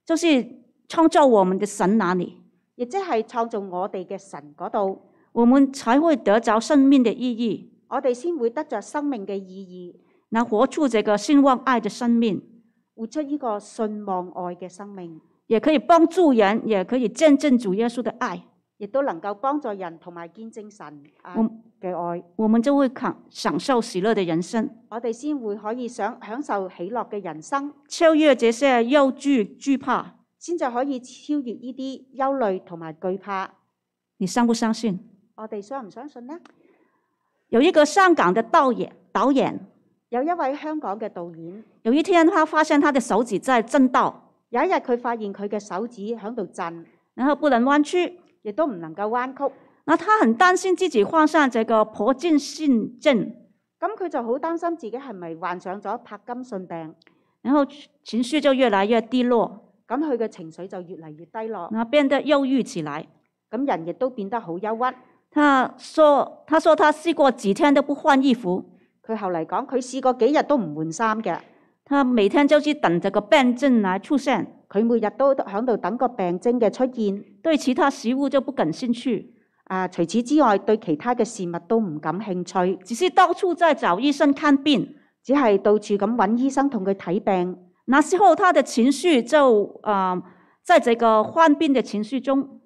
[SPEAKER 1] 就是创造我们的神哪里，
[SPEAKER 2] 亦即係創造我哋嘅神嗰度，
[SPEAKER 1] 我们才会得着生命的意义，
[SPEAKER 2] 我哋先會得着生命嘅意義，
[SPEAKER 1] 那活出这个兴旺爱的生命。
[SPEAKER 2] 活出呢個信望愛嘅生命，
[SPEAKER 1] 也可以帮助人，也可以见证主耶稣的爱，
[SPEAKER 2] 亦都能夠幫助人同埋見證神啊
[SPEAKER 1] 我
[SPEAKER 2] 嘅愛，
[SPEAKER 1] 我们就会享享受喜乐的人生，
[SPEAKER 2] 我哋先會可以享享受喜樂嘅人生，
[SPEAKER 1] 超越这些忧惧、惧怕。
[SPEAKER 2] 先至可以超越呢啲憂慮同埋懼怕。
[SPEAKER 1] 你相不相信？
[SPEAKER 2] 我哋相唔相信呢？
[SPEAKER 1] 有一个香港的导演，导演
[SPEAKER 2] 有一位香港嘅導演，
[SPEAKER 1] 有一天他发现他的手指在震到，
[SPEAKER 2] 有一日佢發現佢嘅手指喺度震，
[SPEAKER 1] 然后不能弯曲，
[SPEAKER 2] 亦都唔能夠彎曲，
[SPEAKER 1] 那他很担心自己患上这个帕金逊症，
[SPEAKER 2] 咁佢就好擔心自己係咪患上咗帕金遜病。
[SPEAKER 1] 然后情绪就越来越低落，
[SPEAKER 2] 咁佢嘅情緒就越嚟越低落，
[SPEAKER 1] 然后变得忧郁起来。
[SPEAKER 2] 咁人亦都變得好憂鬱。
[SPEAKER 1] 他说：“他说他试过几天都不换衣服，
[SPEAKER 2] 佢後嚟講，佢試過幾日都唔換衫嘅，
[SPEAKER 1] 他每天就是等着个病症来出现，
[SPEAKER 2] 佢每日都喺度等個病徵嘅出現。
[SPEAKER 1] 对其他食物就不感兴趣，
[SPEAKER 2] 啊，除此之外，對其他嘅事物都唔感興趣，
[SPEAKER 1] 只是到处在找医生看病。
[SPEAKER 2] 只係到處咁揾醫生同佢睇病。
[SPEAKER 1] 那时候他的情绪就啊、呃在这个患病的情绪中，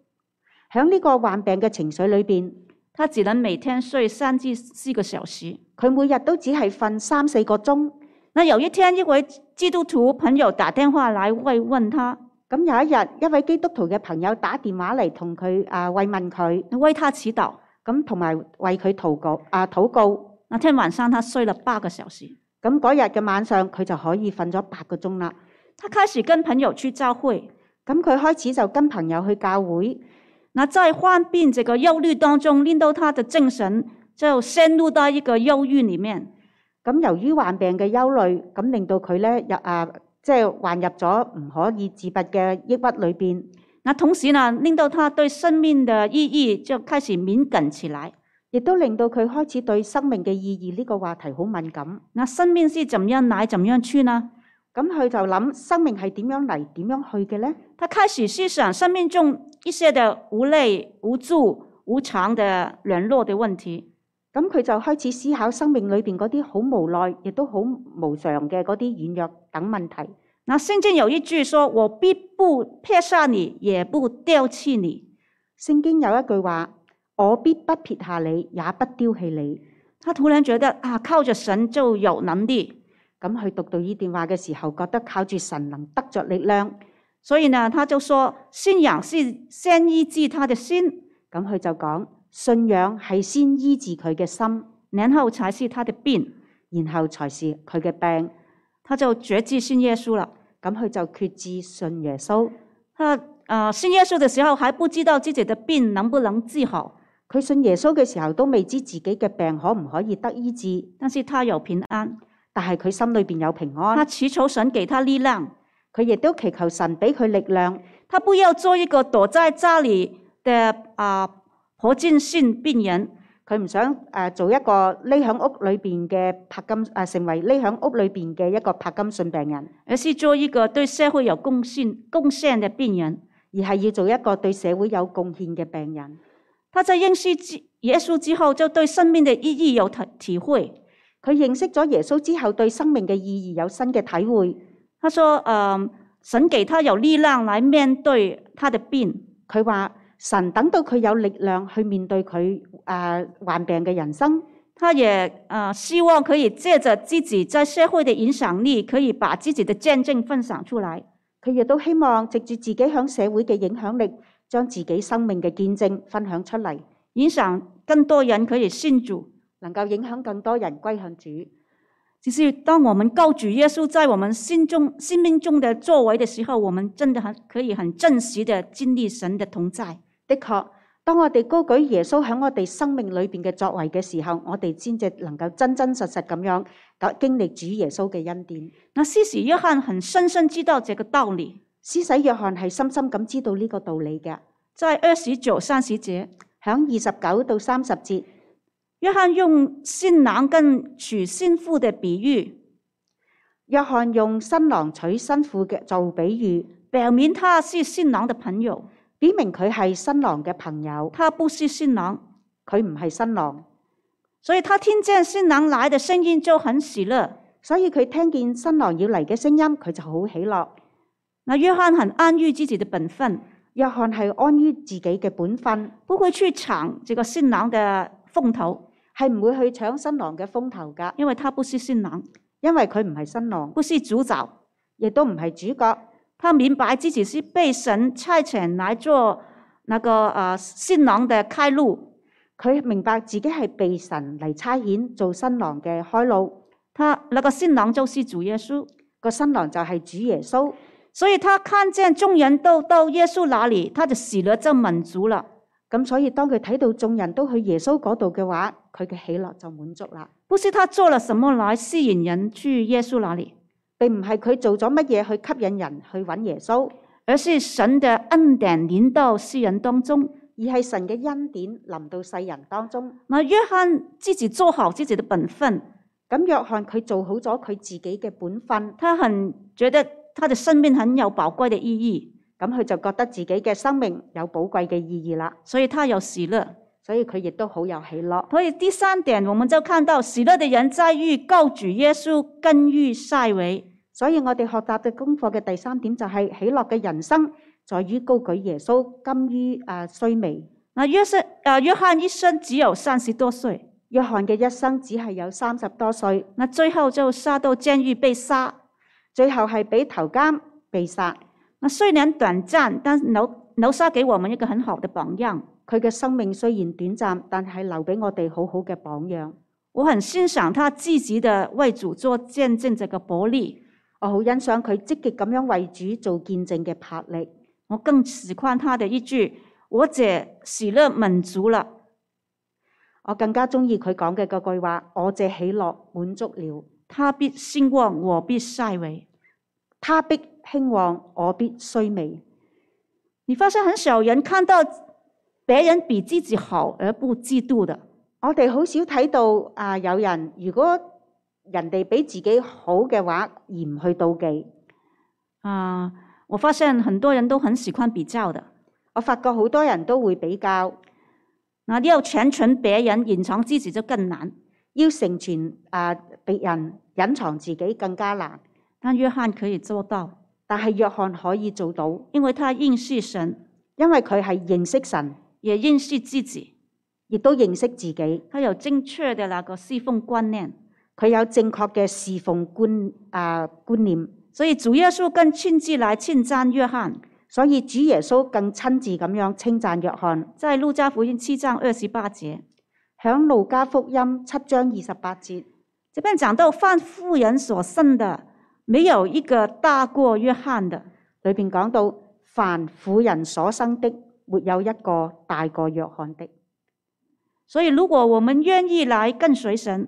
[SPEAKER 2] 喺呢個患病嘅情緒裏邊，
[SPEAKER 1] 他只能每天睡三至四个小时。
[SPEAKER 2] 佢每日都只係瞓三四個鐘。
[SPEAKER 1] 那有一天，一位基督徒朋友打电话来慰问他，
[SPEAKER 2] 咁有一日，一位基督徒嘅朋友打電話嚟同佢啊慰問佢，
[SPEAKER 1] 为他祈祷。
[SPEAKER 2] 咁同埋為佢禱告啊禱告。
[SPEAKER 1] 那天晚上，他睡了八个小时。
[SPEAKER 2] 咁嗰日嘅晚上，佢就可以瞓咗八個鐘啦。
[SPEAKER 1] 他开始跟朋友去教会。
[SPEAKER 2] 咁佢開始就跟朋友去教會，
[SPEAKER 1] 那在患病这个忧虑当中，令到他的精神就陷入到一个忧郁里面，
[SPEAKER 2] 咁由於患病嘅憂慮，咁令到佢咧入啊，即係患入咗唔可以自拔嘅抑鬱裏邊。
[SPEAKER 1] 那同时呢，令到他对生命的意义就开始敏感起来。
[SPEAKER 2] 亦都令到佢開始對生命嘅意義呢個話題好敏感。
[SPEAKER 1] 那生命是怎么样来，怎么样去呢？
[SPEAKER 2] 咁佢就諗生命係點樣嚟，點樣去嘅咧？
[SPEAKER 1] 他开始思想生命中一些的无类、无助、无常的软弱的问题。
[SPEAKER 2] 咁佢就開始思考生命裏邊嗰啲好無奈，亦都好無常嘅嗰啲軟弱等問題。
[SPEAKER 1] 那圣经有一句说：“我必不撇下你，也不丢弃你。
[SPEAKER 2] 聖經有一句話：我必不撇下你，也不丟棄你。”
[SPEAKER 1] 他突然觉得啊，靠着神就有能力，
[SPEAKER 2] 咁佢讀到呢段話嘅時候，覺得靠住神能得着力量，
[SPEAKER 1] 所以呢，他就说信仰是先医治他的心，
[SPEAKER 2] 咁佢就講信仰係先醫治佢嘅心，
[SPEAKER 1] 然后才是他的病。
[SPEAKER 2] 然後才是佢嘅病。
[SPEAKER 1] 他就决志信耶稣了。
[SPEAKER 2] 咁佢就決志信耶穌。
[SPEAKER 1] 他呃信耶稣的时候还不知道自己的病能不能治好，
[SPEAKER 2] 佢信耶穌嘅時候都未知自己嘅病可唔可以得醫治，
[SPEAKER 1] 但是他有平安，
[SPEAKER 2] 但係佢心裏邊有平
[SPEAKER 1] 他
[SPEAKER 2] 安，
[SPEAKER 1] 祈求神给他力量，
[SPEAKER 2] 佢亦都祈求神俾佢力量。
[SPEAKER 1] 他不要做一个躲在家里的啊、呃、婆金性病人，
[SPEAKER 2] 佢唔想誒做一個匿喺屋裏邊嘅柏金誒、成為匿喺屋裏邊嘅一個柏金遜病人，
[SPEAKER 1] 而是做一个对社会有贡献贡献的病人。
[SPEAKER 2] 而係要做一個對社會有貢獻嘅病人。
[SPEAKER 1] 他在认识之耶稣之后，就对生命的意义有体体会。
[SPEAKER 2] 佢認識咗耶穌之後，對生命嘅意義有新嘅體會。
[SPEAKER 1] 他说：，嗯，神给他有力量来面对他的病。
[SPEAKER 2] 佢話：神等到佢有力量去面對佢誒、呃患病嘅人生，
[SPEAKER 1] 他也呃希望可以借着自己在社会的影响力，可以把自己的见证分享出来。
[SPEAKER 2] 佢亦都希望藉住自己喺社會嘅影響力，將自己生命嘅見證分享出嚟，
[SPEAKER 1] 影响更多人可以信主。
[SPEAKER 2] 能夠影響更多人歸向主。
[SPEAKER 1] 就是当我们告主耶稣在我们心中、生命中的作为的时候，我们真的很可以很真实的经历神的同在。
[SPEAKER 2] 的確，當我哋高舉耶穌喺我哋生命裏邊嘅作為嘅時候，我哋先至能夠真真實實咁樣咁經歷主耶穌嘅恩典。
[SPEAKER 1] 那施洗约翰很深深知道这个道理，
[SPEAKER 2] 施洗約翰係深深咁知道呢個道理嘅。
[SPEAKER 1] 在二十九、三十节，
[SPEAKER 2] 響二十九到三十節，
[SPEAKER 1] 约翰用新郎跟娶新妇的比喻，
[SPEAKER 2] 約翰用新郎娶新婦嘅做比喻，
[SPEAKER 1] 表明他是新郎的朋友，
[SPEAKER 2] 表明佢係新郎嘅朋友，
[SPEAKER 1] 他不是新郎，
[SPEAKER 2] 佢唔係新郎，
[SPEAKER 1] 所以他听见新郎来的声音就很喜乐。
[SPEAKER 2] 所以佢聽見新郎要嚟嘅聲音，佢就好喜樂。
[SPEAKER 1] 那约翰很安于自己的本分，
[SPEAKER 2] 約翰係安於自己嘅本分，
[SPEAKER 1] 不会去抢这个新郎的风头，
[SPEAKER 2] 係唔會去搶新郎嘅風頭㗎，
[SPEAKER 1] 因为他不是新郎，
[SPEAKER 2] 因為佢唔係新郎。
[SPEAKER 1] 不是主角。
[SPEAKER 2] 亦都唔係主角，
[SPEAKER 1] 他明白自己是被神差遣来做那个呃新郎的开路，
[SPEAKER 2] 佢明白自己係被神嚟差遣做新郎嘅開路，
[SPEAKER 1] 他那个新郎就是主耶稣，
[SPEAKER 2] 個新郎就係主耶穌，
[SPEAKER 1] 所以他看见众人都到耶稣那里，他的喜乐就满足了。
[SPEAKER 2] 咁所以當佢睇到眾人都去耶穌嗰度嘅話，佢嘅喜樂就滿足啦。
[SPEAKER 1] 不是他做了什么来吸引人去耶稣那里，
[SPEAKER 2] 並唔係佢做咗乜嘢去吸引人去揾耶穌，
[SPEAKER 1] 而是神的恩典临到世人当中。
[SPEAKER 2] 而係神嘅恩典臨到世人當中。
[SPEAKER 1] 那约翰自己做好自己的本分，
[SPEAKER 2] 咁約翰佢做好咗佢自己嘅本分，
[SPEAKER 1] 他很觉得他的生命很有宝贵的意义，
[SPEAKER 2] 咁佢就覺得自己嘅生命有寶貴嘅意義啦，
[SPEAKER 1] 所以他有喜乐。
[SPEAKER 2] 所以佢亦都好有喜樂。
[SPEAKER 1] 所以第三点，我们就看到喜乐的人在于告主耶稣，根于塞维。
[SPEAKER 2] 所以我哋學習嘅功課嘅第三點就係喜樂嘅人生，在於高舉耶穌，甘於啊衰微。
[SPEAKER 1] 那约瑟呃约翰一生只有三十多岁，
[SPEAKER 2] 約翰嘅一生只係有三十多歲，
[SPEAKER 1] 那最后就杀到监狱被杀。
[SPEAKER 2] 最後係俾頭監被殺。
[SPEAKER 1] 那虽然短暂，但楼楼沙给我们一个很好的榜样。
[SPEAKER 2] 佢嘅生命雖然短暫，但係留俾我哋好好嘅榜樣。
[SPEAKER 1] 我很欣赏他积极的为主做见证这个伯利，
[SPEAKER 2] 我好欣賞佢積極咁樣為主做見證嘅魄力。
[SPEAKER 1] 我更喜欢他的一句：“我姐喜乐满足了。”
[SPEAKER 2] 我更加中意佢講嘅嗰句話：我這喜樂滿足了，
[SPEAKER 1] 他必兴旺，我必衰微。
[SPEAKER 2] 他必興旺，我必衰微。
[SPEAKER 1] 你发现很少人看到别人比自己好而不嫉妒的，
[SPEAKER 2] 我哋好少睇到啊，有人如果人哋比自己好嘅話，而唔去妒忌。
[SPEAKER 1] 啊、我发现很多人都很喜欢比较的。
[SPEAKER 2] 我發覺好多人都會比較，
[SPEAKER 1] 那要全存别人，隐藏自己就更難。
[SPEAKER 2] 要成全啊別人，隱藏自己更加難。
[SPEAKER 1] 但约翰可以做到，
[SPEAKER 2] 但係約翰可以做到，
[SPEAKER 1] 因為他認識神，
[SPEAKER 2] 因為佢係認識神，
[SPEAKER 1] 也認識自己，
[SPEAKER 2] 亦都認識自己。
[SPEAKER 1] 他有正确的那个侍奉觀念。
[SPEAKER 2] 佢有正確嘅侍奉觀啊觀念，
[SPEAKER 1] 所以主耶稣更亲自来称赞约翰，
[SPEAKER 2] 所以主耶穌更親自咁樣稱讚約翰。
[SPEAKER 1] 在路加福音七章二十八节。
[SPEAKER 2] 響路加福音七章二十八節。
[SPEAKER 1] 这边讲到犯妇人所生的，没有一个大过约翰的。
[SPEAKER 2] 裏边講到，凡婦人所生的，沒有一個大過約翰的。
[SPEAKER 1] 所以，如果我们愿意来跟随神，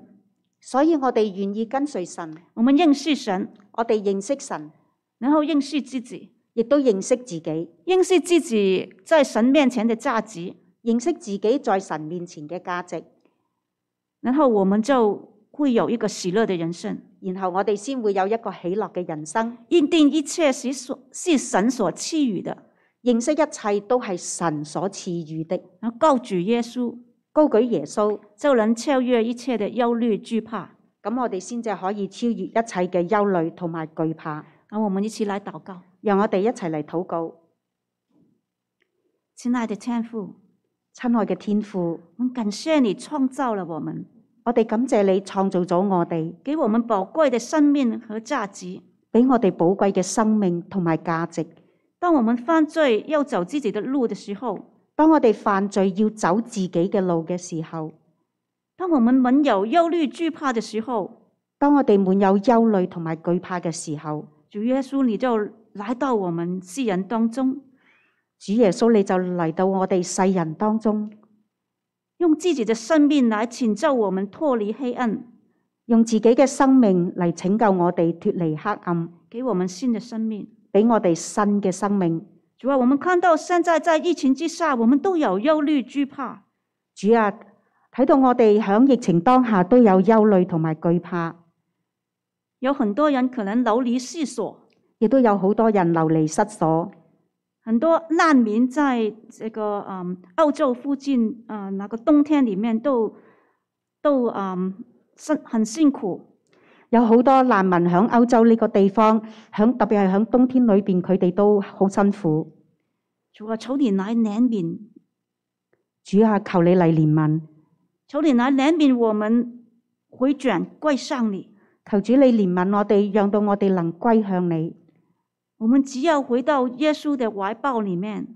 [SPEAKER 2] 所以我哋願意跟隨神，
[SPEAKER 1] 我们认识神，
[SPEAKER 2] 我哋認識神，
[SPEAKER 1] 然后认识自己，
[SPEAKER 2] 亦都認識自己，
[SPEAKER 1] 认识自己在神面前的价值，
[SPEAKER 2] 認識自己在神面前嘅價值，
[SPEAKER 1] 然后我们就会有一个喜乐的人生，
[SPEAKER 2] 然後我哋先會有一個喜樂嘅人生，
[SPEAKER 1] 认定一切是所是神所赐予的，
[SPEAKER 2] 認識一切都係神所賜予的，
[SPEAKER 1] 然后高举耶稣，
[SPEAKER 2] 高舉耶穌，
[SPEAKER 1] 就能超越一切的忧虑惧怕。
[SPEAKER 2] 咁我哋先至可以超越一切嘅憂慮同埋懼怕。
[SPEAKER 1] 然后我们一起来祷告，
[SPEAKER 2] 讓我哋一齊嚟禱告，
[SPEAKER 1] 亲爱的天父，
[SPEAKER 2] 親愛嘅天父，
[SPEAKER 1] 我们感谢你创造了我们，
[SPEAKER 2] 我哋感謝你創造咗我哋，
[SPEAKER 1] 给我们宝贵的生命和价值。
[SPEAKER 2] 俾我哋寶貴嘅生命同埋價值。
[SPEAKER 1] 当我们犯罪要走自己的路的时候，
[SPEAKER 2] 當我哋犯罪要走自己嘅路嘅時候，
[SPEAKER 1] 当我们满有忧虑惧怕的时候，
[SPEAKER 2] 當我哋滿有憂慮同埋懼怕嘅時候，
[SPEAKER 1] 主耶稣你就来到我们世人当中，
[SPEAKER 2] 主耶穌你就嚟到我哋世人當中，
[SPEAKER 1] 用自己的生命来拯救我们脱离黑暗，
[SPEAKER 2] 用自己嘅生命嚟拯救我哋脱離黑暗，
[SPEAKER 1] 给我们新的生命。
[SPEAKER 2] 俾我哋新嘅生命。
[SPEAKER 1] 主啊，我们看到现在在疫情之下，我们都有忧虑惧怕，
[SPEAKER 2] 主啊，睇到我哋響疫情當下都有憂慮同埋懼怕，
[SPEAKER 1] 有很多人可能流离失所，
[SPEAKER 2] 亦都有好多人流離失所，
[SPEAKER 1] 很多难民在这个嗯澳洲附近啊、呃那个冬天里面都都嗯辛很辛苦。
[SPEAKER 2] 有好多難民響歐洲呢個地方，響特別係響冬天裏邊，佢哋都好辛苦。
[SPEAKER 1] 主啊，求你来怜悯，
[SPEAKER 2] 主啊，求你嚟憐憫，
[SPEAKER 1] 求你来怜悯我们回转归向你。
[SPEAKER 2] 求主你憐憫我哋，讓到我哋能歸向你。
[SPEAKER 1] 我们只要回到耶稣的怀抱里面，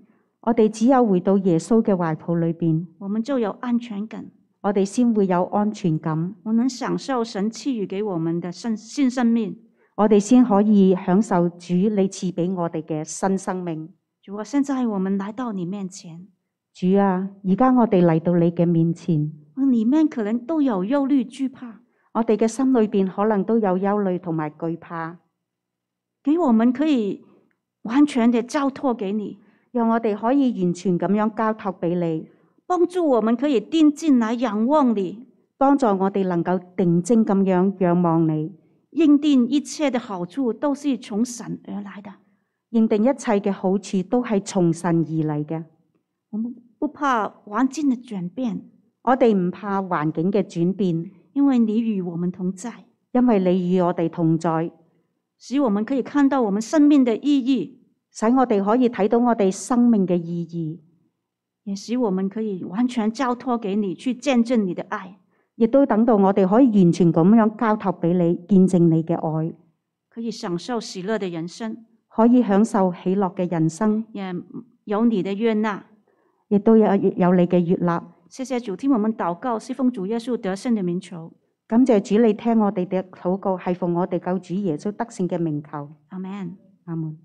[SPEAKER 2] 我哋只有回到耶穌嘅懷抱裏邊，
[SPEAKER 1] 我们就有安全感，
[SPEAKER 2] 我哋先會有安全感。
[SPEAKER 1] 我能享受神赐予给我们的新新生命。
[SPEAKER 2] 我哋先可以享受主你賜俾我哋嘅新生命。
[SPEAKER 1] 主啊，现在我们来到你面前，
[SPEAKER 2] 主啊，而家我哋嚟到你嘅面前，
[SPEAKER 1] 我里面可能都有忧虑、惧怕，
[SPEAKER 2] 我哋嘅心裏邊可能都有憂慮同埋懼怕，
[SPEAKER 1] 给我们可以完全的交托给你，
[SPEAKER 2] 讓我哋可以完全咁樣交託俾你，
[SPEAKER 1] 帮助我们可以定睛来仰望你，
[SPEAKER 2] 幫助我哋能夠定睛咁樣仰望你，
[SPEAKER 1] 认定一切的好处都是从神而来的。
[SPEAKER 2] 認定一切嘅好處都係從神而嚟嘅。
[SPEAKER 1] 我们不怕环境的转变，
[SPEAKER 2] 我哋唔怕環境嘅轉變，
[SPEAKER 1] 因為你与我们同在，
[SPEAKER 2] 因為你與我哋同在，
[SPEAKER 1] 使我们可以看到我们生命的意义，
[SPEAKER 2] 使我哋可以睇到我哋生命嘅意義。
[SPEAKER 1] 也使我们可以完全交托给你，去见证你的爱，
[SPEAKER 2] 亦都等到我哋可以完全咁樣交託俾你，見證你嘅愛，
[SPEAKER 1] 可以享受喜乐的人生，
[SPEAKER 2] 可以享受喜樂嘅人生，
[SPEAKER 1] 也有你的悦纳。
[SPEAKER 2] 亦都有有你嘅悦納。
[SPEAKER 1] 谢谢主，听我们祷告，是奉主耶稣得胜的名求，
[SPEAKER 2] 感謝主，你聽我哋嘅禱告，係奉我哋救主耶穌得勝嘅名求。
[SPEAKER 1] 阿门。
[SPEAKER 2] 阿門。